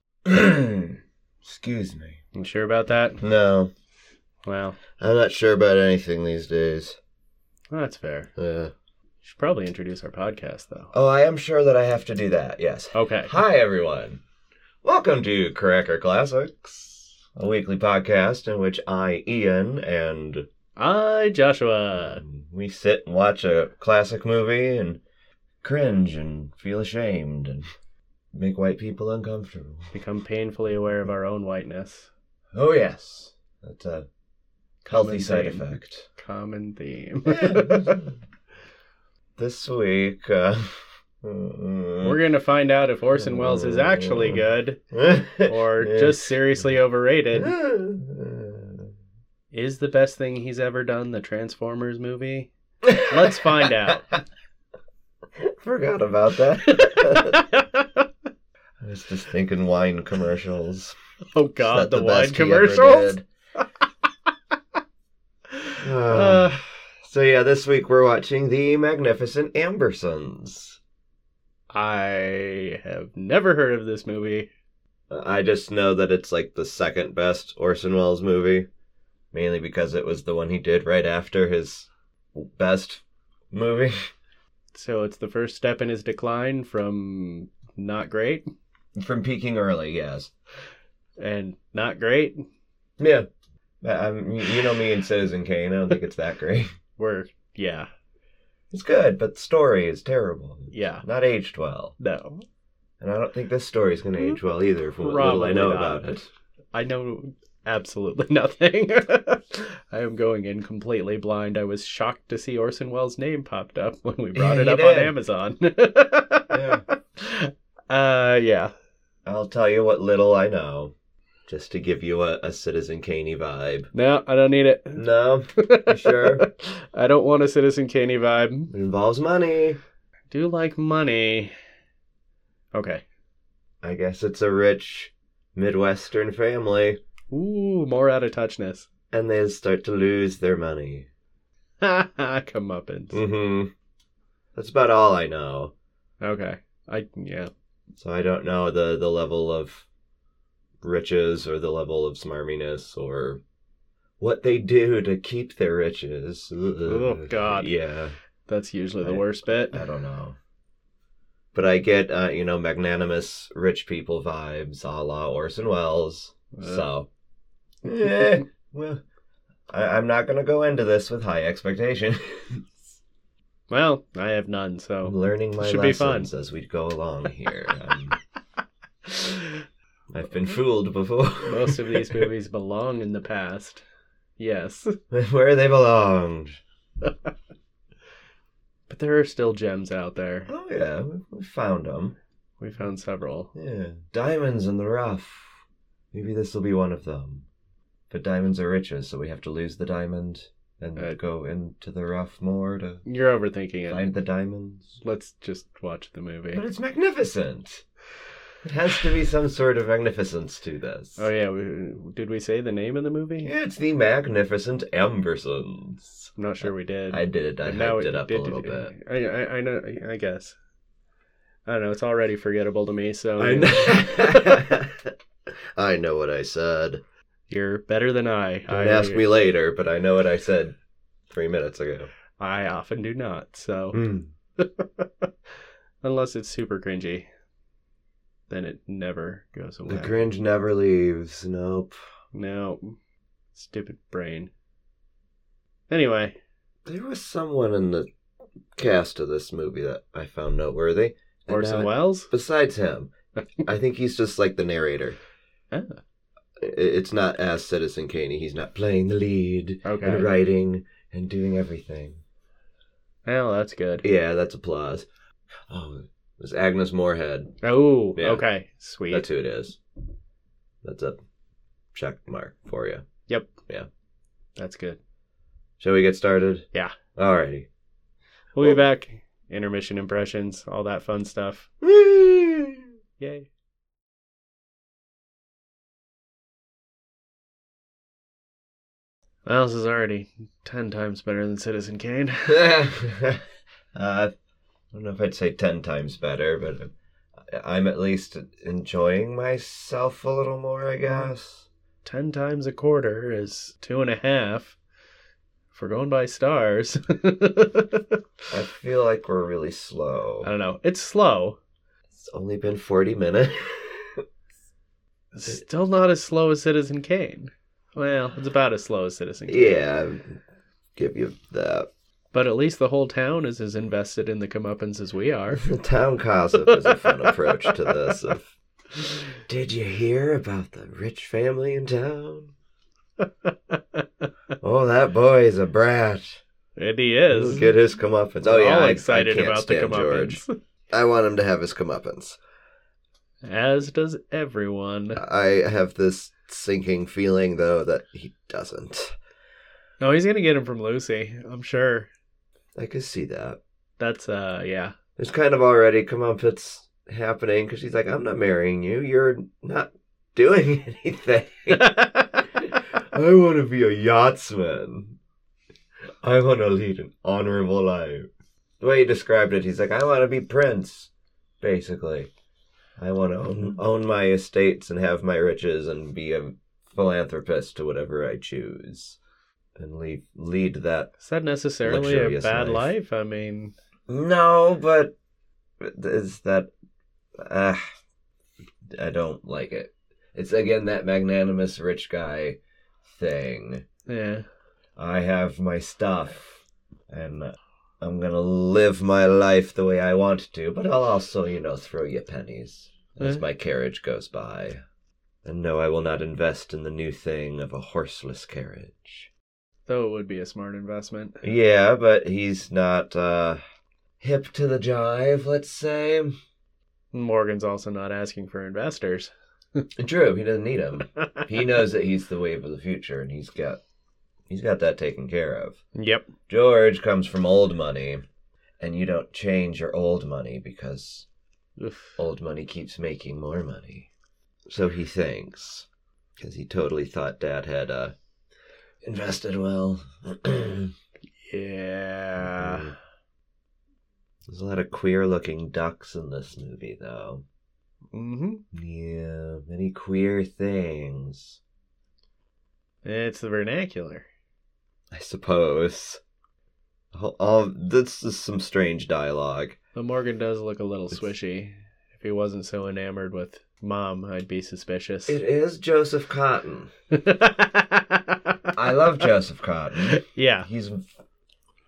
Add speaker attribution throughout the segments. Speaker 1: Excuse me.
Speaker 2: You sure about that?
Speaker 1: No,
Speaker 2: Well,
Speaker 1: I'm not sure about anything these days.
Speaker 2: that's fair.
Speaker 1: Yeah.
Speaker 2: Should probably introduce our podcast though.
Speaker 1: Oh, I am sure that I have to do that. Yes.
Speaker 2: Okay.
Speaker 1: Hi, everyone. Welcome to Cracker Classics, a weekly podcast in which I, Ian, and uh,
Speaker 2: I Joshua.
Speaker 1: we sit and watch a classic movie and cringe and feel ashamed and make white people uncomfortable.
Speaker 2: Become painfully aware of our own whiteness.
Speaker 1: Oh, yes. That's a healthy
Speaker 2: Common
Speaker 1: side
Speaker 2: theme.
Speaker 1: effect.
Speaker 2: Common theme.
Speaker 1: this week, uh, we're
Speaker 2: We're gonna find out if Orson Welles is actually good or just seriously overrated. Is the best thing he's ever done the Transformers movie? Let's find out.
Speaker 1: Forgot about that. I was just thinking wine commercials.
Speaker 2: oh
Speaker 1: It's
Speaker 2: God,
Speaker 1: not
Speaker 2: the, wine
Speaker 1: best he ever
Speaker 2: commercials.
Speaker 1: did. Um,
Speaker 2: Uh,
Speaker 1: so yeah, this week we're watching The Magnificent Ambersons.
Speaker 2: I have never heard of this movie.
Speaker 1: Uh, I just know that it's like the second best Orson Welles movie, mainly because it was the one he did right after his best movie.
Speaker 2: So it's the first step in his decline from not great
Speaker 1: From peaking early, yes.
Speaker 2: and not great.
Speaker 1: Yeah. Um, you- you know me and Citizen Kane. I don't think it's that great.
Speaker 2: We're yeah,
Speaker 1: It's good, but the story is terrible.
Speaker 2: yeah,
Speaker 1: Not aged well.
Speaker 2: no.
Speaker 1: And I don't think this story is going to age well either, from what little I
Speaker 2: Mm-hmm. Probably
Speaker 1: know
Speaker 2: not.
Speaker 1: about it.
Speaker 2: I know absolutely nothing. I am going in completely blind. I was shocked to see Orson Welles' name popped up when we brought
Speaker 1: Yeah,
Speaker 2: it
Speaker 1: you
Speaker 2: up on
Speaker 1: did.
Speaker 2: Amazon.
Speaker 1: Yeah.
Speaker 2: Uh yeah.
Speaker 1: I'll tell you what little I know, just to give you a, a Citizen Kaney vibe.
Speaker 2: No, I don't need it.
Speaker 1: No, you sure. It
Speaker 2: I don't want a Citizen Caney vibe.
Speaker 1: involves money.
Speaker 2: do you like money. Okay.
Speaker 1: I guess it's a rich Midwestern family,
Speaker 2: Ooh, more out of touchness.
Speaker 1: and they start to lose their money.
Speaker 2: Ha ha, comeuppance.
Speaker 1: Mm hmm. That's about all I know.
Speaker 2: Okay. I yeah.
Speaker 1: So I don't know the the level of riches or the level of smarminess or what they do to keep their riches.
Speaker 2: Oh, God.
Speaker 1: Yeah,
Speaker 2: That's usually the
Speaker 1: I-
Speaker 2: worst bit.
Speaker 1: I don't know. But I get uh, you know magnanimous rich people vibes, a la Orson Welles.
Speaker 2: Uh,
Speaker 1: so, eh, well, I, I'm not gonna go into this with high expectation.
Speaker 2: Well, I have none,
Speaker 1: I'm
Speaker 2: so
Speaker 1: learning my
Speaker 2: Should be fun.
Speaker 1: lessons as we go along here. Um, I've been fooled before.
Speaker 2: most of these movies belong in the past. Yes.
Speaker 1: where they belonged.
Speaker 2: But there are still gems out there.
Speaker 1: Oh yeah, we- we found them.
Speaker 2: We found several.
Speaker 1: Yeah, diamonds in the rough. Maybe this will be one of them. But diamonds are riches, so we have to lose the diamond and
Speaker 2: Uh,
Speaker 1: go into the rough more to
Speaker 2: You're overthinking it.
Speaker 1: find the diamonds.
Speaker 2: Let's just watch the movie.
Speaker 1: But it's magnificent. It has to be some sort of magnificence to this.
Speaker 2: Oh yeah, we, did we say the name of the movie?
Speaker 1: It's the magnificent Ambersons.
Speaker 2: I'm not sure we did.
Speaker 1: I did it. I
Speaker 2: But now
Speaker 1: hyped it up a
Speaker 2: did-
Speaker 1: little
Speaker 2: did-
Speaker 1: bit.
Speaker 2: I, I, I know. I- I guess. I don't know. It's already forgettable to me. So
Speaker 1: I know. I know what I said.
Speaker 2: you're better than I. I
Speaker 1: Don't ask me later, but I know what I said three minutes ago.
Speaker 2: I often do not. So
Speaker 1: Hmm,
Speaker 2: unless it's super cringy, then it never goes away.
Speaker 1: The cringe never leaves. Nope.
Speaker 2: no, stupid brain. Anyway,
Speaker 1: There was someone in the cast of this movie that I found noteworthy. and
Speaker 2: Orson
Speaker 1: not-
Speaker 2: Welles.
Speaker 1: Besides him, I think he's just like the narrator.
Speaker 2: Ah.
Speaker 1: I- It's not as Citizen Kane. He's not playing the lead
Speaker 2: Okay.
Speaker 1: and writing and doing everything.
Speaker 2: Well, that's good.
Speaker 1: Yeah, that's applause. Oh, it was Agnes Moorehead.
Speaker 2: Oh,
Speaker 1: Yeah.
Speaker 2: okay, sweet.
Speaker 1: That's who it is. That's a check mark for you.
Speaker 2: Yep.
Speaker 1: Yeah.
Speaker 2: That's good.
Speaker 1: Shall we get started?
Speaker 2: Yeah.
Speaker 1: Alrighty.
Speaker 2: We'll be
Speaker 1: Well-
Speaker 2: back. Intermission impressions, all that fun stuff. Yay. Well, this is already ten times better than Citizen Kane.
Speaker 1: uh, I don't know if I'd say ten times better, but I'm at least enjoying myself a little more,
Speaker 2: Mm-hmm.
Speaker 1: I guess.
Speaker 2: Ten times a quarter is two and a half. If we're going by stars,
Speaker 1: I feel like we're really slow.
Speaker 2: I don't know. It's slow.
Speaker 1: It's only been 40 minutes.
Speaker 2: Still not as slow as Citizen Kane. Well, it's about as slow as Citizen Kane.
Speaker 1: yeah, give you that.
Speaker 2: But at least the whole town is as invested in the comeuppance as we are.
Speaker 1: Town gossip is a fun approach to this. Of, Did you hear about the rich family in town? Oh, that boy is a brat.
Speaker 2: and he
Speaker 1: He'll
Speaker 2: is.
Speaker 1: Get his comeuppance. Oh
Speaker 2: We're
Speaker 1: yeah,
Speaker 2: all
Speaker 1: I- I
Speaker 2: excited
Speaker 1: can't
Speaker 2: about the
Speaker 1: stand George.
Speaker 2: comeuppance.
Speaker 1: I want him to have his comeuppance.
Speaker 2: As does everyone.
Speaker 1: I have this sinking feeling though that he doesn't.
Speaker 2: No, he's gonna get him from Lucy. I'm sure.
Speaker 1: I could see that.
Speaker 2: That's uh, yeah.
Speaker 1: There's kind of already comeuppance happening because she's like, "I'm not marrying you. You're not doing anything. I want to be a yachtsman. I want to lead an honorable life." The way he described it, he's like, "I want to be prince, basically. I want to own, own my estates and have my riches and be a philanthropist to whatever I choose." And lead, lead that
Speaker 2: Is that necessarily a
Speaker 1: Luxurious
Speaker 2: bad
Speaker 1: life.
Speaker 2: life? I mean,
Speaker 1: No, but is that uh, I don't like it. It's again that magnanimous rich guy thing.
Speaker 2: yeah.
Speaker 1: I have my stuff and I'm going to live my life the way I want to, but I'll also, you know, throw you pennies as
Speaker 2: Eh.
Speaker 1: my carriage goes by. And no, I will not invest in the new thing of a horseless carriage.
Speaker 2: Though it would be a smart investment.
Speaker 1: Yeah, but he's not uh hip to the jive, let's say.
Speaker 2: Morgan's also not asking for investors.
Speaker 1: True, he doesn't need him. He knows that he's the wave of the future, and he's got he's got that taken care of.
Speaker 2: Yep.
Speaker 1: George comes from old money, and you don't change your old money because
Speaker 2: Oof.
Speaker 1: old money keeps making more money. So he thinks, because he totally thought Dad had uh, invested well. There's
Speaker 2: Yeah.
Speaker 1: Mhm. a lot of queer-looking ducks in this movie, though.
Speaker 2: Mm-hmm.
Speaker 1: Yeah, many queer things,
Speaker 2: It's the vernacular.
Speaker 1: I suppose. All, all this is some strange dialogue.
Speaker 2: But Morgan does look a little swishy. If he wasn't so enamored with mom, I'd be suspicious.
Speaker 1: It is Joseph Cotton. I love Joseph Cotton.
Speaker 2: yeah.
Speaker 1: He's a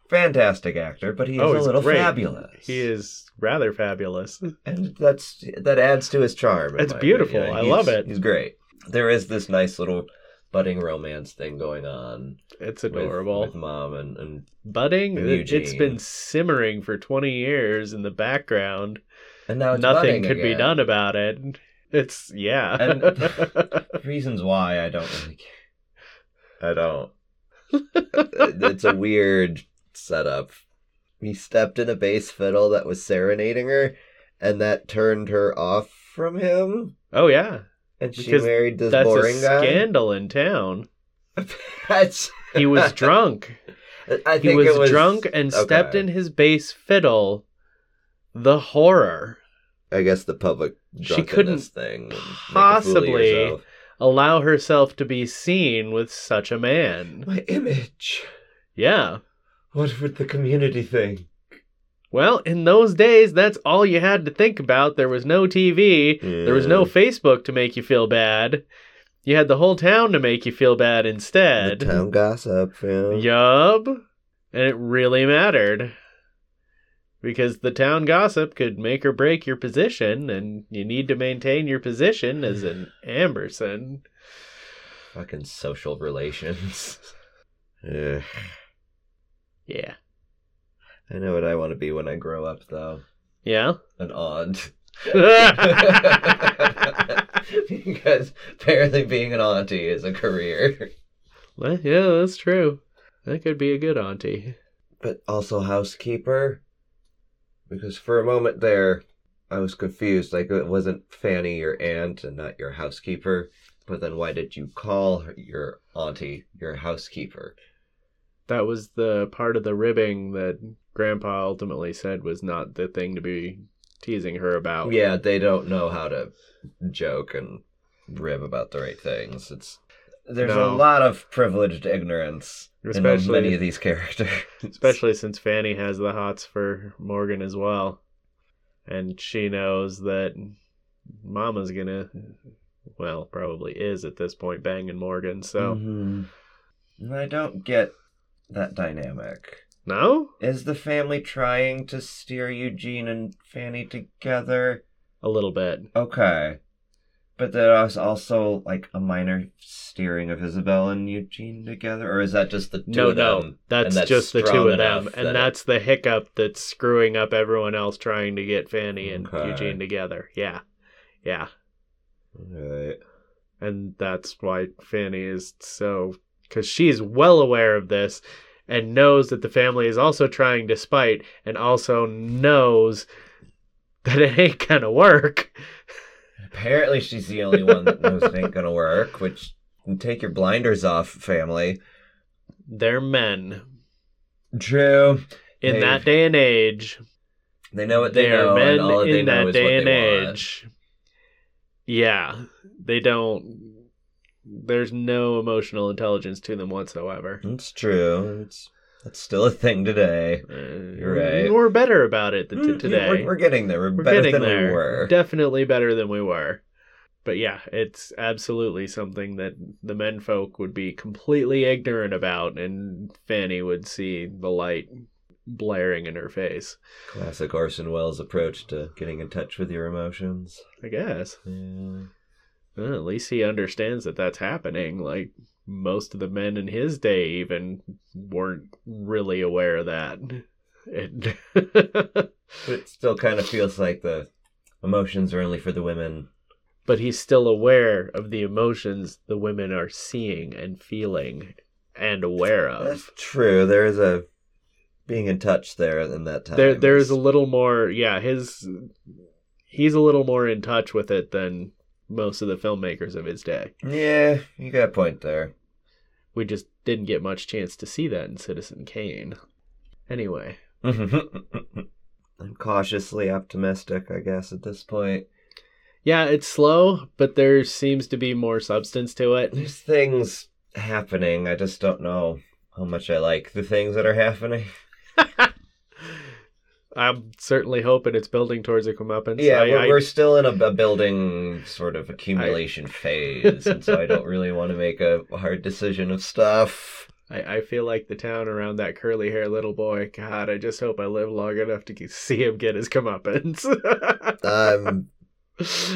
Speaker 1: fantastic actor, but he's
Speaker 2: Oh,
Speaker 1: a
Speaker 2: he's
Speaker 1: little
Speaker 2: great.
Speaker 1: fabulous.
Speaker 2: He is rather fabulous.
Speaker 1: and that's that adds to his charm. in
Speaker 2: It's
Speaker 1: my
Speaker 2: beautiful.
Speaker 1: opinion.
Speaker 2: I
Speaker 1: He's-
Speaker 2: love it.
Speaker 1: He's great. There is this nice little budding romance thing going on.
Speaker 2: It's
Speaker 1: with-
Speaker 2: adorable.
Speaker 1: with, mom and, and
Speaker 2: Budding,
Speaker 1: And
Speaker 2: it- it's
Speaker 1: Eugene.
Speaker 2: been simmering for 20 years in the background.
Speaker 1: and now it's budding
Speaker 2: Nothing could be
Speaker 1: again.
Speaker 2: done about it. It's, yeah.
Speaker 1: And- Reasons why I don't really. I don't. it's a weird setup. He stepped in a bass fiddle that was serenading her, and that turned her off from him.
Speaker 2: oh, yeah.
Speaker 1: And she
Speaker 2: Because
Speaker 1: married this
Speaker 2: That's a
Speaker 1: boring guy.
Speaker 2: scandal in town.
Speaker 1: That's.
Speaker 2: He was drunk.
Speaker 1: I
Speaker 2: he
Speaker 1: think
Speaker 2: was,
Speaker 1: it was
Speaker 2: drunk and stepped
Speaker 1: okay.
Speaker 2: in his bass fiddle. The horror.
Speaker 1: I guess the public
Speaker 2: She couldn't
Speaker 1: drunkenness thing. would make a fool of
Speaker 2: possibly-
Speaker 1: yourself.
Speaker 2: Allow herself to be seen with such a man.
Speaker 1: My image.
Speaker 2: Yeah.
Speaker 1: What would the community think?
Speaker 2: Well, in those days, that's all you had to think about. There was no TV. There was no Facebook to make you feel bad. You had the whole town to make you feel bad
Speaker 1: The
Speaker 2: instead.
Speaker 1: town gossip. Yeah.
Speaker 2: Yup. And it really mattered. Because the town gossip could make or break your position, and you need to maintain your position as an Amberson.
Speaker 1: Fucking social relations. Ugh.
Speaker 2: Yeah.
Speaker 1: I know what I want to be when I grow up, though.
Speaker 2: Yeah.
Speaker 1: An aunt. because apparently being an auntie is a career.
Speaker 2: Well, yeah, that's true. That could be a good auntie.
Speaker 1: But also housekeeper. Because for a moment there, I was confused. Like, it wasn't Fanny your aunt and not your housekeeper. But then why did you call her- your auntie your housekeeper?
Speaker 2: That was the part of the ribbing that Grandpa ultimately said was not the thing to be teasing her about.
Speaker 1: Yeah, they don't know how to joke and rib about the right things. It's there's
Speaker 2: No.
Speaker 1: a lot of privileged ignorance in
Speaker 2: Especially-
Speaker 1: many of these characters.
Speaker 2: Especially since Fanny has the hots for Morgan as well. And she knows that Mama's gonna, well, probably is at this point banging Morgan. So,
Speaker 1: Mhm. And I don't get that dynamic.
Speaker 2: no?
Speaker 1: Is the family trying to steer Eugene and Fanny together?
Speaker 2: A little bit.
Speaker 1: Okay. But there was also like a minor steering of Isabel and Eugene together, or is that just the two
Speaker 2: No,
Speaker 1: of
Speaker 2: no.
Speaker 1: them?
Speaker 2: That's,
Speaker 1: and that's
Speaker 2: just the two
Speaker 1: strong
Speaker 2: of them.
Speaker 1: enough
Speaker 2: And
Speaker 1: that it-
Speaker 2: that's the hiccup that's screwing up everyone else trying to get Fanny and
Speaker 1: Okay.
Speaker 2: Eugene together. Yeah. Yeah.
Speaker 1: Right.
Speaker 2: and that's why Fanny is so because she's well aware of this and knows that the family is also trying to spite and also knows that it ain't gonna work.
Speaker 1: Apparently, she's the only one that knows it ain't gonna work. Which take your blinders off, family.
Speaker 2: They're men
Speaker 1: True.
Speaker 2: in
Speaker 1: They-
Speaker 2: that day and age.
Speaker 1: They know what they,
Speaker 2: are
Speaker 1: know,
Speaker 2: men
Speaker 1: and all that
Speaker 2: in
Speaker 1: they know
Speaker 2: that
Speaker 1: is
Speaker 2: day
Speaker 1: what
Speaker 2: and
Speaker 1: they want.
Speaker 2: age. Yeah, they don't. There's no emotional intelligence to them whatsoever.
Speaker 1: It's true. It's that's still a thing today.
Speaker 2: Uh,
Speaker 1: right.
Speaker 2: We're better about it th-
Speaker 1: Mm, yeah,
Speaker 2: today.
Speaker 1: we're, we're getting there. We're,
Speaker 2: we're
Speaker 1: better
Speaker 2: getting
Speaker 1: than
Speaker 2: there.
Speaker 1: we were.
Speaker 2: Definitely better than we were. But yeah, it's absolutely something that the menfolk would be completely ignorant about, and Fanny would see the light blaring in her face.
Speaker 1: Classic Orson Welles approach to getting in touch with your emotions.
Speaker 2: I guess.
Speaker 1: Yeah.
Speaker 2: Well, at least he understands that that's happening. Like most of the men in his day, even weren't really aware of that. It-
Speaker 1: But it still kind of feels like the emotions are only for the women.
Speaker 2: but he's still aware of the emotions the women are seeing and feeling and aware of.
Speaker 1: That's true. There is a being in touch there in that time.
Speaker 2: There, there's a little more. Yeah, his he's a little more in touch with it than most of the filmmakers of his day.
Speaker 1: yeah, you got a point there.
Speaker 2: We just didn't get much chance to see that in Citizen Kane. Anyway,
Speaker 1: I'm cautiously optimistic, I guess, at this point.
Speaker 2: yeah, it's slow, but there seems to be more substance to it.
Speaker 1: There's things happening. I just don't know how much I like the things that are happening.
Speaker 2: I'm certainly hoping it's building towards a comeuppance.
Speaker 1: Yeah,
Speaker 2: I-
Speaker 1: we're,
Speaker 2: I-
Speaker 1: we're still in a, a building sort of accumulation phase, and so I don't really want to make a hard decision of stuff.
Speaker 2: I, I feel like the town around that curly hair little boy. God, I just hope I live long enough to g- see him get his comeuppance.
Speaker 1: I'm, Um,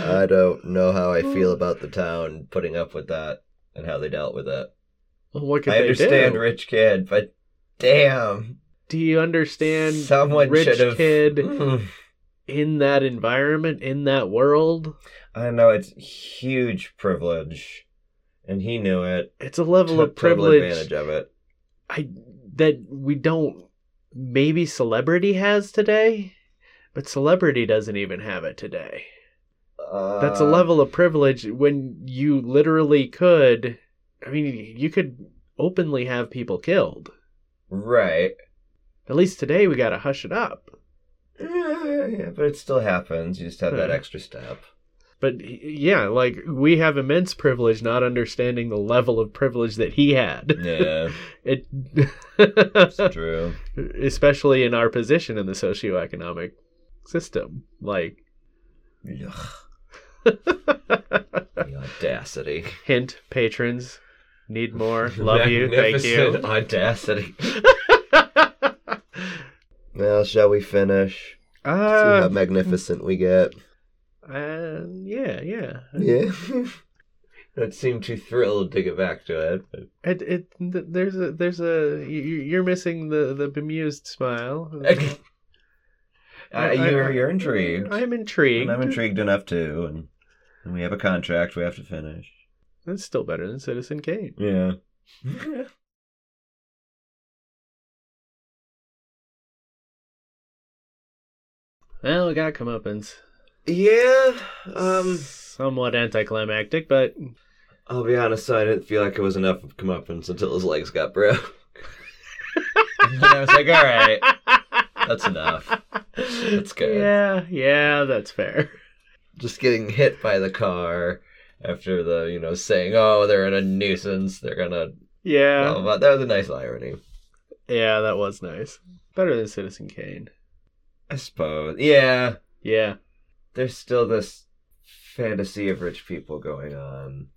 Speaker 1: I don't know how I feel about the town putting up with that and how they dealt with it.
Speaker 2: Well, what could
Speaker 1: I
Speaker 2: they
Speaker 1: understand
Speaker 2: do?
Speaker 1: rich kid, but damn,
Speaker 2: do you understand
Speaker 1: someone
Speaker 2: rich
Speaker 1: should have.
Speaker 2: kid
Speaker 1: Mm.
Speaker 2: in that environment, in that world?
Speaker 1: I know it's huge privilege, and he knew it.
Speaker 2: It's a level
Speaker 1: took
Speaker 2: of
Speaker 1: total
Speaker 2: privilege
Speaker 1: advantage of it.
Speaker 2: I that we don't maybe celebrity has today, but celebrity doesn't even have it today. That's a
Speaker 1: Uh,
Speaker 2: level of privilege when you literally could. I mean, you could openly have people killed.
Speaker 1: right?
Speaker 2: At least today, we gotta hush it up.
Speaker 1: Yeah, yeah, but it still happens. You just have that
Speaker 2: Hmm.
Speaker 1: extra step.
Speaker 2: But y- yeah, like we have immense privilege, not understanding the level of privilege that he had.
Speaker 1: Yeah,
Speaker 2: It,
Speaker 1: it's true.
Speaker 2: especially in our position in the socioeconomic system, like
Speaker 1: Ugh, the audacity.
Speaker 2: hint patrons need more. Love you, thank
Speaker 1: Magnificent
Speaker 2: you.
Speaker 1: Audacity. Well, shall we finish? See how
Speaker 2: uh,
Speaker 1: magnificent we get.
Speaker 2: uh, yeah, yeah.
Speaker 1: Yeah. Don't seem too thrilled to get back to it. but-
Speaker 2: It, it th- there's a there's a you, you- you're missing the the bemused smile.
Speaker 1: Uh, you're, you're intrigued.
Speaker 2: I'm intrigued.
Speaker 1: And I'm intrigued enough too. And, and we have a contract we have to finish.
Speaker 2: That's still better than Citizen Kane.
Speaker 1: Yeah.
Speaker 2: Well, we got comeuppance.
Speaker 1: yeah. Um.
Speaker 2: somewhat anticlimactic, but
Speaker 1: I'll be honest, though, I didn't feel like it was enough of comeuppance until his legs got broke. and I was like, all right, That's enough. That's good.
Speaker 2: Yeah, yeah, that's fair.
Speaker 1: Just getting hit by the car after the, you know, saying, oh, they're in a nuisance. They're going to.
Speaker 2: Yeah,
Speaker 1: Oh, but that was a nice irony.
Speaker 2: yeah, that was nice. Better than Citizen Kane.
Speaker 1: I suppose. Yeah.
Speaker 2: Yeah,
Speaker 1: There's still this fantasy of rich people going on.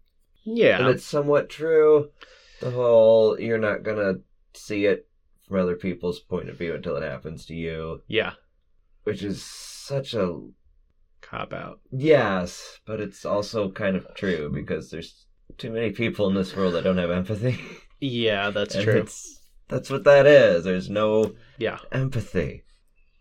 Speaker 1: And
Speaker 2: yeah,
Speaker 1: it's somewhat true. The whole you're not gonna see it from other people's point of view until it happens to you,
Speaker 2: yeah.
Speaker 1: which is such a
Speaker 2: Cop out.
Speaker 1: yes, but it's also kind of true because there's too many people in this world that don't have empathy.
Speaker 2: Yeah, that's
Speaker 1: And
Speaker 2: true.
Speaker 1: It's, that's what that is. There's no
Speaker 2: Yeah.
Speaker 1: empathy,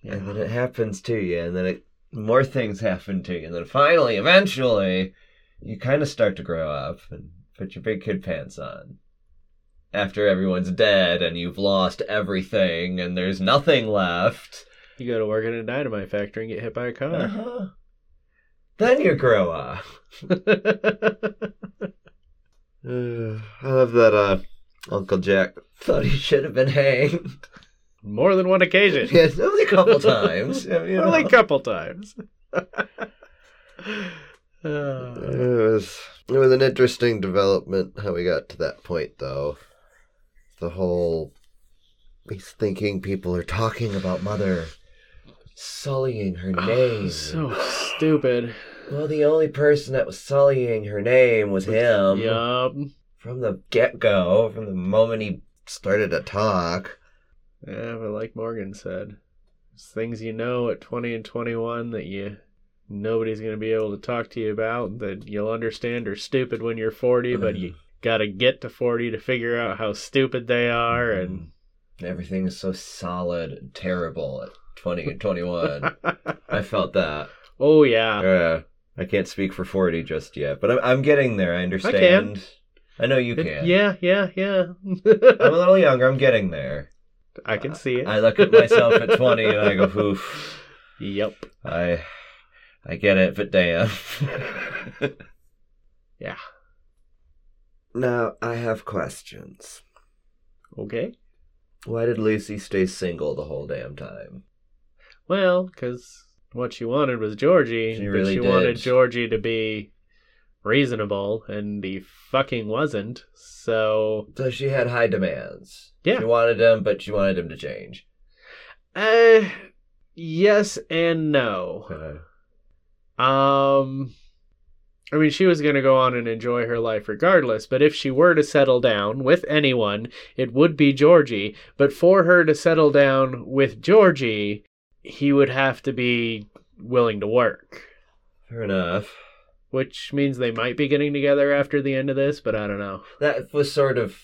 Speaker 1: and
Speaker 2: Yeah.
Speaker 1: then it happens to you, and then it more things happen to you, and then finally, eventually, you kind of start to grow up and put your big kid pants on. After everyone's dead and you've lost everything and there's nothing left,
Speaker 2: You go to work at a dynamite factory and get hit by a car.
Speaker 1: uh-huh. then you grow up. Uh, I love that uh, Uncle Jack thought he should have been hanged.
Speaker 2: More than one occasion.
Speaker 1: yes, only a couple times. I mean,
Speaker 2: Only
Speaker 1: you
Speaker 2: a
Speaker 1: know.
Speaker 2: couple times. Uh,
Speaker 1: It was it was an interesting development how we got to that point though. The whole he's thinking people are talking about mother sullying her name.
Speaker 2: Ah, so stupid.
Speaker 1: Well, the only person that was sullying her name was him
Speaker 2: yup.
Speaker 1: from the get-go, from the moment he started to talk.
Speaker 2: Yeah, but like Morgan said, there's things you know at 20 and 21 that you nobody's going to be able to talk to you about that you'll understand are stupid when you're 40, but you got to get to 40 to figure out how stupid they are
Speaker 1: Mm,
Speaker 2: and
Speaker 1: everything is so solid and terrible at 20 and 21. I felt that.
Speaker 2: oh yeah.
Speaker 1: Yeah. Uh, I can't speak for 40 just yet, but I'm, I'm getting there. I understand. I know you
Speaker 2: It-
Speaker 1: can.
Speaker 2: yeah, yeah, yeah.
Speaker 1: I'm a little younger. I'm getting there.
Speaker 2: I can see it.
Speaker 1: I look at myself at 20 and I go, oof.
Speaker 2: Yep.
Speaker 1: I, I get it, but damn.
Speaker 2: Yeah.
Speaker 1: Now, I have questions.
Speaker 2: Okay.
Speaker 1: Why did Lucy stay single the whole damn time?
Speaker 2: Well, because what she wanted was Georgie.
Speaker 1: She
Speaker 2: but
Speaker 1: really
Speaker 2: she wanted
Speaker 1: did.
Speaker 2: Georgie to be reasonable, and he fucking wasn't. So
Speaker 1: So she had high demands.
Speaker 2: Yeah.
Speaker 1: She wanted him, but she wanted him to change.
Speaker 2: Uh, yes and no.
Speaker 1: Uh,
Speaker 2: Um, I mean, she was going to go on and enjoy her life regardless, but if she were to settle down with anyone, it would be Georgie. But for her to settle down with Georgie, he would have to be willing to work,
Speaker 1: Fair enough.
Speaker 2: which means they might be getting together after the end of this, but I don't know.
Speaker 1: That was sort of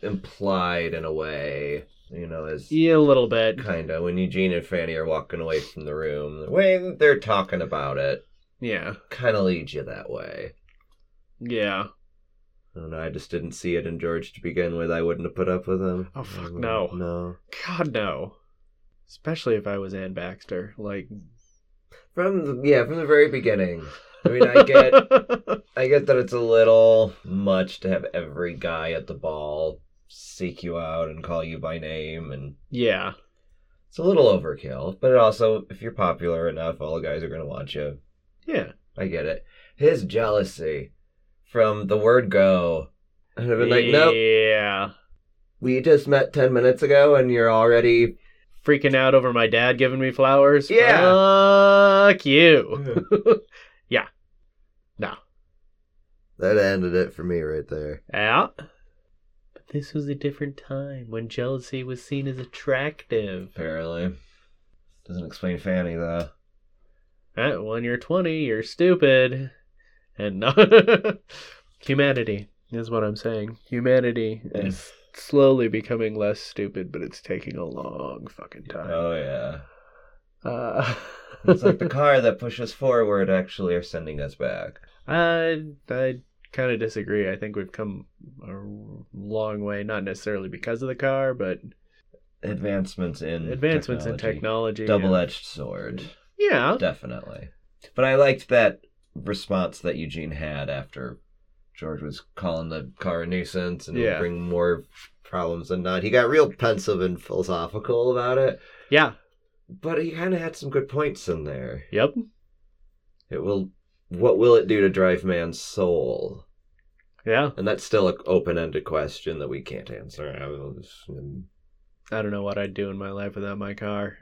Speaker 1: implied in a way, you know, as
Speaker 2: Yeah, a little bit.
Speaker 1: kind of when Eugene and Fanny are walking away from the room, the way that they're talking about it
Speaker 2: Yeah.
Speaker 1: kind of leads you that way.
Speaker 2: Yeah.
Speaker 1: I don't know. I just didn't see it in George to begin with. I wouldn't have put up with him. Mm,
Speaker 2: Oh, fuck, no.
Speaker 1: No.
Speaker 2: God, no. Especially if I was Ann Baxter. Like,
Speaker 1: From the, yeah, from the very beginning. I mean, I get I get that it's a little much to have every guy at the ball seek you out and call you by name, and
Speaker 2: yeah.
Speaker 1: it's a little overkill. But it also, if you're popular enough, all the guys are going to want you.
Speaker 2: Yeah.
Speaker 1: I get it. His jealousy from the word go. I'd have been like, nope,
Speaker 2: Yeah.
Speaker 1: we just met 10 minutes ago and you're already.
Speaker 2: Freaking out over my dad giving me flowers.
Speaker 1: Yeah.
Speaker 2: Fuck you.
Speaker 1: That ended it for me right there.
Speaker 2: Yeah. But this was a different time when jealousy was seen as attractive.
Speaker 1: Apparently. Doesn't explain Fanny, though.
Speaker 2: Uh, when you're 20, you're stupid. And humanity is what I'm saying. Humanity is slowly becoming less stupid, but it's taking a long fucking time.
Speaker 1: Oh, yeah.
Speaker 2: Uh,
Speaker 1: It's like the car that pushes forward actually are sending us back.
Speaker 2: I I kind of disagree. I think we've come a long way, not necessarily because of the car, but
Speaker 1: Advancements in
Speaker 2: advancements in technology.
Speaker 1: Mm, Double
Speaker 2: and-
Speaker 1: edged sword.
Speaker 2: Yeah.
Speaker 1: Definitely. But I liked that response that Eugene had after George was calling the car a nuisance and
Speaker 2: Yeah.
Speaker 1: it'll bring more problems than not. He got real pensive and philosophical about it,
Speaker 2: Yeah.
Speaker 1: But he kind of had some good points in there.
Speaker 2: Yep.
Speaker 1: It will. What will it do to drive man's soul?
Speaker 2: Yeah.
Speaker 1: And that's still an open-ended question that we can't answer. I will just- mm.
Speaker 2: I don't know what I'd do in my life without my car.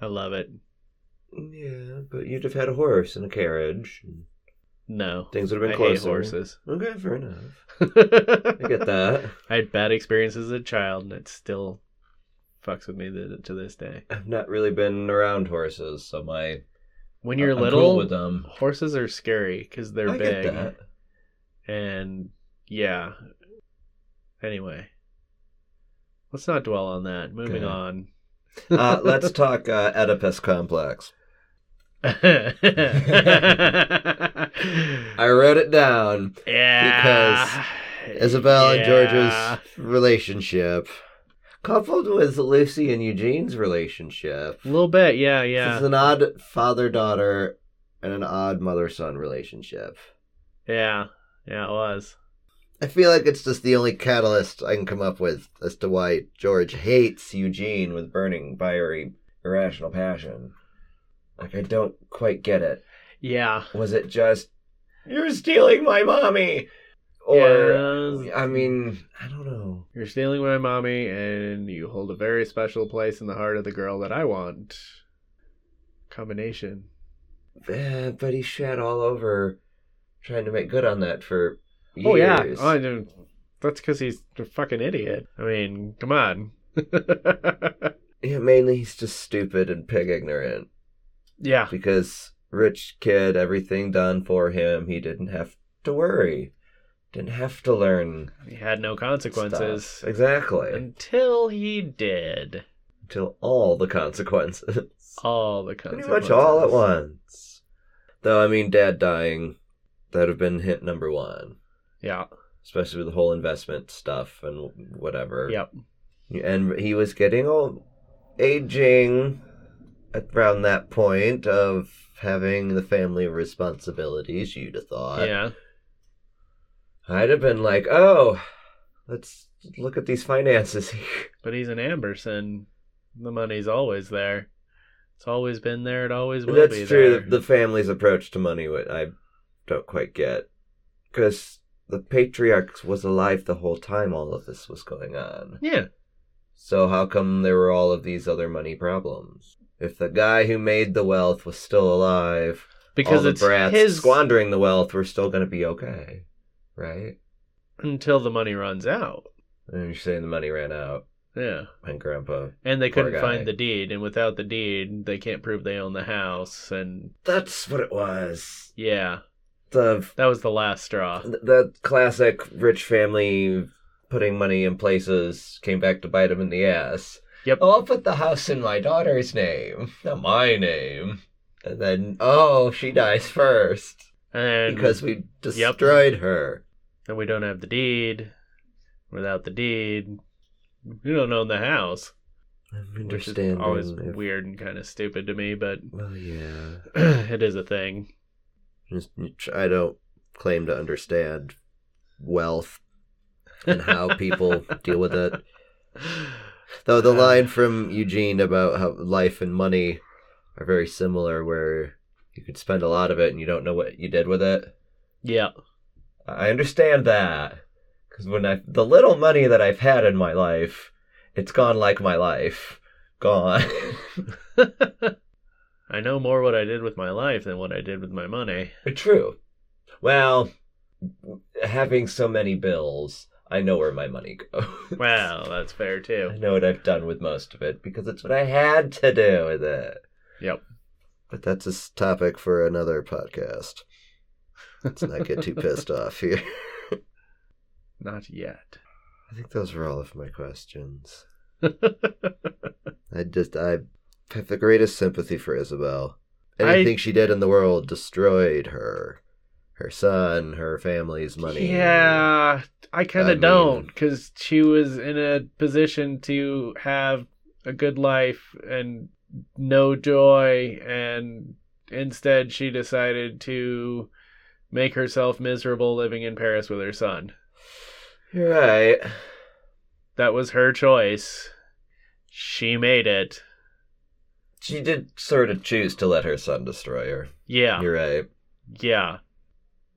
Speaker 2: I love it.
Speaker 1: Yeah, but you'd have had a horse and a carriage. and
Speaker 2: No.
Speaker 1: Things would have
Speaker 2: I
Speaker 1: been
Speaker 2: hate
Speaker 1: closer.
Speaker 2: horses.
Speaker 1: Okay, fair enough. I get
Speaker 2: I
Speaker 1: that.
Speaker 2: had bad experiences as a child, and it still fucks with me to, to this day.
Speaker 1: I've not really been around horses, so my
Speaker 2: When you're
Speaker 1: I'm
Speaker 2: little,
Speaker 1: cool with them.
Speaker 2: horses are scary because they're
Speaker 1: I
Speaker 2: big.
Speaker 1: get that.
Speaker 2: And yeah. Anyway, let's not dwell on that.
Speaker 1: Okay.
Speaker 2: Moving on.
Speaker 1: uh, let's talk uh, Oedipus complex. I
Speaker 2: yeah.
Speaker 1: wrote it down. Isabel and
Speaker 2: Yeah.
Speaker 1: George's relationship, coupled with Lucy and Eugene's relationship,
Speaker 2: A little bit, yeah,
Speaker 1: This
Speaker 2: yeah.
Speaker 1: is an odd father daughter and an odd mother son relationship.
Speaker 2: Yeah. Yeah, it was.
Speaker 1: I feel like it's just the only catalyst I can come up with as to why George hates Eugene with burning, fiery, irrational passion. Like, I don't quite get it.
Speaker 2: Yeah.
Speaker 1: Was it just, you're stealing my mommy? Or,
Speaker 2: Yes.
Speaker 1: I mean, I don't know.
Speaker 2: You're stealing my mommy, and you hold a very special place in the heart of the girl that I want. Combination.
Speaker 1: Eh, but he shat all over trying to make good on that for years.
Speaker 2: Oh yeah. Oh, I know. that's because he's a fucking idiot. I mean, come on.
Speaker 1: yeah. Mainly he's just stupid and pig ignorant.
Speaker 2: yeah.
Speaker 1: because rich kid, everything done for him. He didn't have to worry, didn't have to learn
Speaker 2: He had no
Speaker 1: stuff.
Speaker 2: consequences
Speaker 1: Exactly,
Speaker 2: until he did.
Speaker 1: until all the consequences,
Speaker 2: All the
Speaker 1: pretty
Speaker 2: consequences.
Speaker 1: much all at once. Though I mean, dad dying, that'd have been hit number one,
Speaker 2: Yeah.
Speaker 1: especially with the whole investment stuff and whatever.
Speaker 2: Yep.
Speaker 1: and he was getting old, aging around that point of having the family responsibilities. You'd have thought,
Speaker 2: Yeah.
Speaker 1: I'd have been like, oh, let's look at these finances here.
Speaker 2: But he's an Amberson. The money's always there. It's always been there. It always will be
Speaker 1: That's true.
Speaker 2: there.
Speaker 1: The family's approach to money, what I don't quite get. Because the patriarch was alive the whole time all of this was going on.
Speaker 2: yeah.
Speaker 1: So how come there were all of these other money problems? If the guy who made the wealth was still alive, all
Speaker 2: Because
Speaker 1: the
Speaker 2: it's
Speaker 1: brats
Speaker 2: his
Speaker 1: squandering the wealth were still going to be okay, right?
Speaker 2: until the money runs out.
Speaker 1: And you're saying the money ran out,
Speaker 2: Yeah.
Speaker 1: and Grandpa
Speaker 2: And they
Speaker 1: Poor
Speaker 2: couldn't
Speaker 1: guy.
Speaker 2: find the deed, and without the deed, they can't prove they own the house. And
Speaker 1: That's what it was.
Speaker 2: yeah,
Speaker 1: The
Speaker 2: that was the last straw.
Speaker 1: the classic rich family putting money in places came back to bite him in the ass.
Speaker 2: Yep.
Speaker 1: Oh, I'll put the house in my daughter's name, not my name. And then, oh, she dies first
Speaker 2: And
Speaker 1: because we
Speaker 2: Yep.
Speaker 1: destroyed her.
Speaker 2: and we don't have the deed. Without the deed, we don't own the house.
Speaker 1: I'm
Speaker 2: Which is
Speaker 1: understanding.
Speaker 2: always
Speaker 1: if-
Speaker 2: weird and kind of stupid to me, but
Speaker 1: Well, yeah.
Speaker 2: it is a thing.
Speaker 1: Just- I don't claim to understand wealth and how people deal with it. Though the
Speaker 2: Uh,
Speaker 1: line from Eugene about how life and money are very similar, where you could spend a lot of it and you don't know what you did with it.
Speaker 2: Yeah,
Speaker 1: I understand that because when I the little money that I've had in my life, it's gone like my life, gone.
Speaker 2: I know more what I did with my life than what I did with my money.
Speaker 1: True. Well, having so many bills, I know where my money goes.
Speaker 2: Well, that's fair
Speaker 1: I
Speaker 2: too.
Speaker 1: know what I've done with most of it because it's what I had to do with it.
Speaker 2: Yep.
Speaker 1: But that's a s- topic for another podcast. Let's not get too pissed off here.
Speaker 2: Not yet.
Speaker 1: I think those were all of my questions. I just I have the greatest sympathy for Isabel.
Speaker 2: I-
Speaker 1: Anything she did in the world destroyed her, her son, her family's money.
Speaker 2: Yeah, I kind
Speaker 1: I
Speaker 2: of
Speaker 1: mean-
Speaker 2: don't because she was in a position to have a good life and no joy, and instead she decided to make herself miserable living in Paris with her son.
Speaker 1: You're right.
Speaker 2: That was her choice. She made it.
Speaker 1: she did sort of choose to let her son destroy her.
Speaker 2: Yeah.
Speaker 1: You're right.
Speaker 2: Yeah.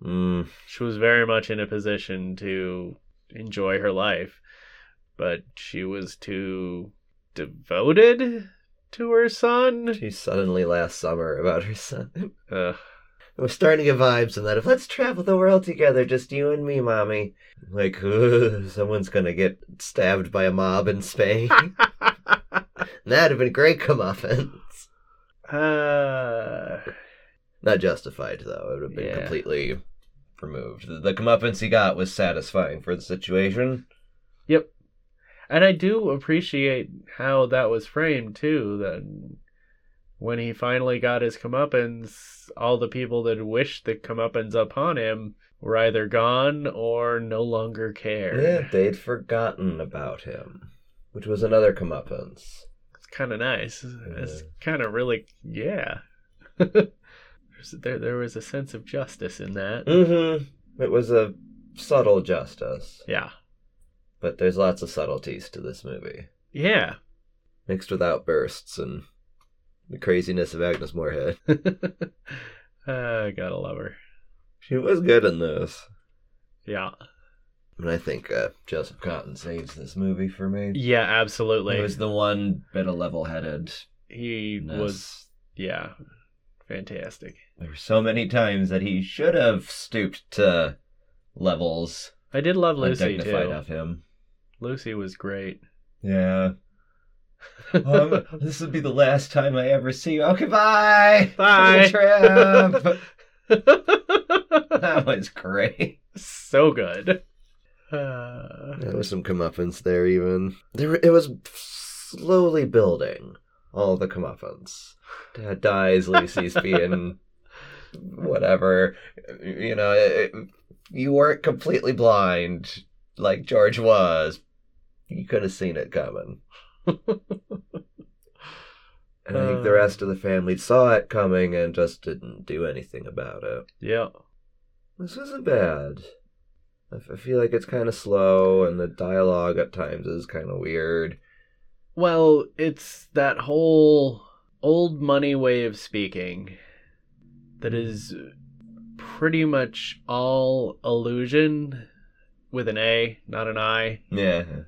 Speaker 1: Mm,
Speaker 2: She was very much in a position to enjoy her life, but she was too devoted to her son.
Speaker 1: she suddenly last summer about her son.
Speaker 2: Uh,
Speaker 1: We're starting to get vibes in that. If let's travel the world together, just you and me, mommy. Like, ugh, someone's gonna get stabbed by a mob in Spain. That'd have been great comeuppance.
Speaker 2: uh,
Speaker 1: Not justified though. It would have been
Speaker 2: Yeah.
Speaker 1: completely removed. The, the comeuppance he got was satisfying for the situation.
Speaker 2: and I do appreciate how that was framed too. That when he finally got his comeuppance, all the people that wished the comeuppance upon him were either gone or no longer cared.
Speaker 1: Yeah, they'd forgotten about him, which was another comeuppance.
Speaker 2: It's kind of nice. It's
Speaker 1: Yeah.
Speaker 2: kind of really, yeah. There's- there, there was a sense of justice in that.
Speaker 1: Mm-hmm. It was a subtle justice,
Speaker 2: Yeah,
Speaker 1: but there's lots of subtleties to this movie,
Speaker 2: yeah.
Speaker 1: mixed with outbursts and the craziness of Agnes Moorehead.
Speaker 2: uh, gotta love her.
Speaker 1: She was good in this,
Speaker 2: Yeah,
Speaker 1: and I think uh, Joseph Cotton saves this movie for me.
Speaker 2: yeah,
Speaker 1: He
Speaker 2: absolutely.
Speaker 1: was the one bit of level-headed.
Speaker 2: he was, yeah, fantastic.
Speaker 1: There were so many times that he should have stooped to levels
Speaker 2: I did love Lucy too.
Speaker 1: undignified of him.
Speaker 2: Lucy was great.
Speaker 1: Yeah. um, this would be the last time I ever see you. Okay, bye.
Speaker 2: Bye.
Speaker 1: Good trip. that was great.
Speaker 2: so good. Uh,
Speaker 1: There was some comeuppance there, even there. It was slowly building all the comeuppance. Dad dies. Lucy's being whatever. You know, it- it- you weren't completely blind like George was. You could have seen it coming. And I think the
Speaker 2: Uh.
Speaker 1: rest of the family saw it coming and just didn't do anything about it.
Speaker 2: yeah.
Speaker 1: This isn't bad. I f- I feel like it's kind of slow, and the dialogue at times is kind of weird.
Speaker 2: Well, it's that whole old money way of speaking that is pretty much all illusion with an A, not an I.
Speaker 1: Yeah,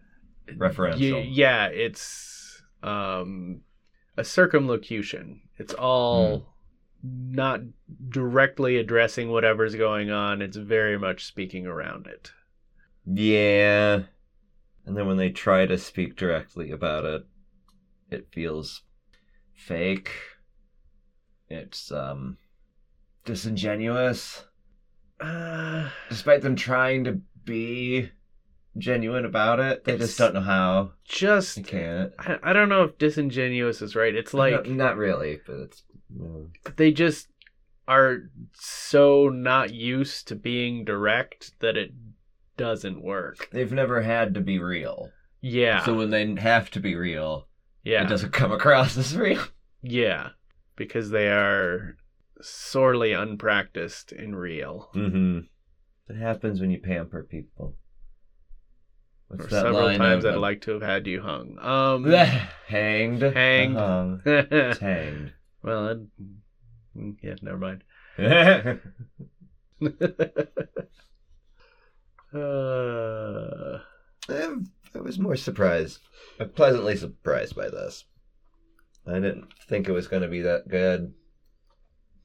Speaker 2: You-
Speaker 1: referential.
Speaker 2: yeah, it's um, a circumlocution. It's all not directly addressing whatever's going on, it's very much speaking around it.
Speaker 1: Yeah. And then when they try to speak directly about it, it feels fake. It's um disingenuous.
Speaker 2: Uh,
Speaker 1: Despite them trying to be genuine about it, they
Speaker 2: It's-
Speaker 1: just don't know how.
Speaker 2: just.
Speaker 1: They can't.
Speaker 2: I, I don't know if disingenuous is right. It's like.
Speaker 1: not, not really, but it's no.
Speaker 2: they just are so not used to being direct that it doesn't work.
Speaker 1: they've never had to be real.
Speaker 2: Yeah.
Speaker 1: So when they have to be real,
Speaker 2: yeah.
Speaker 1: it doesn't come across as real.
Speaker 2: yeah. Because they are sorely unpracticed in real.
Speaker 1: Mm-hmm. It happens when you pamper people. What's
Speaker 2: Or
Speaker 1: that
Speaker 2: several
Speaker 1: line
Speaker 2: times
Speaker 1: of,
Speaker 2: I'd like to have had you hung. Um
Speaker 1: hanged,
Speaker 2: Hanged.
Speaker 1: hung, it's
Speaker 2: Well,
Speaker 1: hanged.
Speaker 2: I'd, mm, yeah, never mind. uh,
Speaker 1: Um, I was more surprised, I'm pleasantly surprised by this. I didn't think it was going to be that good.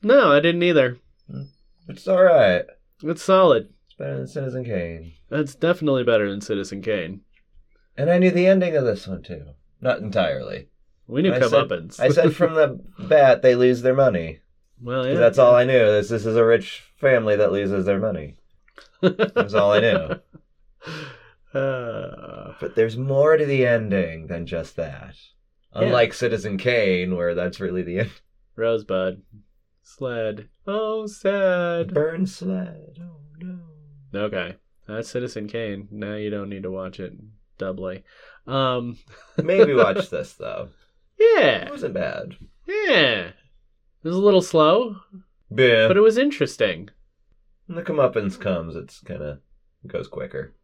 Speaker 2: no, I didn't either.
Speaker 1: It's all right.
Speaker 2: It's solid.
Speaker 1: It's better than Citizen Kane.
Speaker 2: That's definitely better than Citizen Kane.
Speaker 1: And I knew the ending of this one too. Not entirely.
Speaker 2: We knew
Speaker 1: I said-
Speaker 2: comeuppance.
Speaker 1: I said from the bat they lose their money.
Speaker 2: well,
Speaker 1: 'Cause
Speaker 2: Oh, yeah.
Speaker 1: That's all I knew. This this is a rich family that loses their money. That's all I knew.
Speaker 2: Uh,
Speaker 1: But there's more to the ending than just that.
Speaker 2: Yeah.
Speaker 1: Unlike Citizen Kane, where that's really the end.
Speaker 2: Rosebud. Sled. Oh, sad.
Speaker 1: Burn sled. Oh no.
Speaker 2: Okay. That's Citizen Kane. Now you don't need to watch it doubly. Um,
Speaker 1: Maybe watch this though. It
Speaker 2: yeah.
Speaker 1: wasn't bad.
Speaker 2: Yeah. It was a little slow,
Speaker 1: Yeah.
Speaker 2: but it was interesting.
Speaker 1: when the comeuppance comes, it's kind of goes quicker.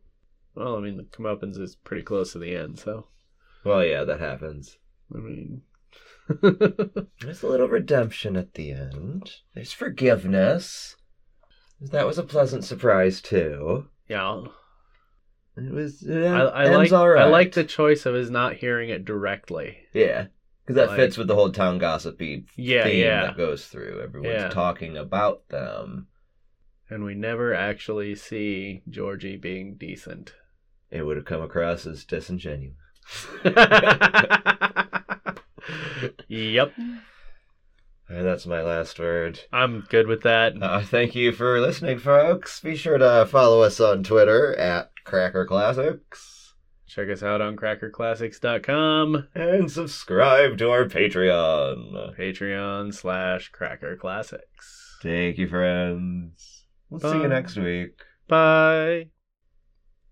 Speaker 2: Well, I mean, the comeuppance is pretty close to the end, so.
Speaker 1: Well, yeah, that happens.
Speaker 2: I mean.
Speaker 1: There's a little redemption at the end. There's forgiveness. That was a pleasant surprise too.
Speaker 2: yeah.
Speaker 1: It was.
Speaker 2: I, I like I like the choice of his not hearing it directly.
Speaker 1: yeah because that
Speaker 2: like-
Speaker 1: fits with the whole town gossipy
Speaker 2: Yeah,
Speaker 1: theme
Speaker 2: yeah.
Speaker 1: that goes through. Everyone's
Speaker 2: Yeah.
Speaker 1: talking about them.
Speaker 2: And we never actually see Georgie being decent.
Speaker 1: It would have come across as disingenuous.
Speaker 2: yep.
Speaker 1: And that's my last word.
Speaker 2: I'm good with that.
Speaker 1: Uh, thank you for listening, folks. Be sure to follow us on Twitter at Cracker Classics
Speaker 2: Check us out on crackerclassics.com,
Speaker 1: and subscribe to our Patreon.
Speaker 2: Patreon slash Cracker Classics.
Speaker 1: Thank you, friends. We'll see
Speaker 2: Bye.
Speaker 1: you next week.
Speaker 2: Bye.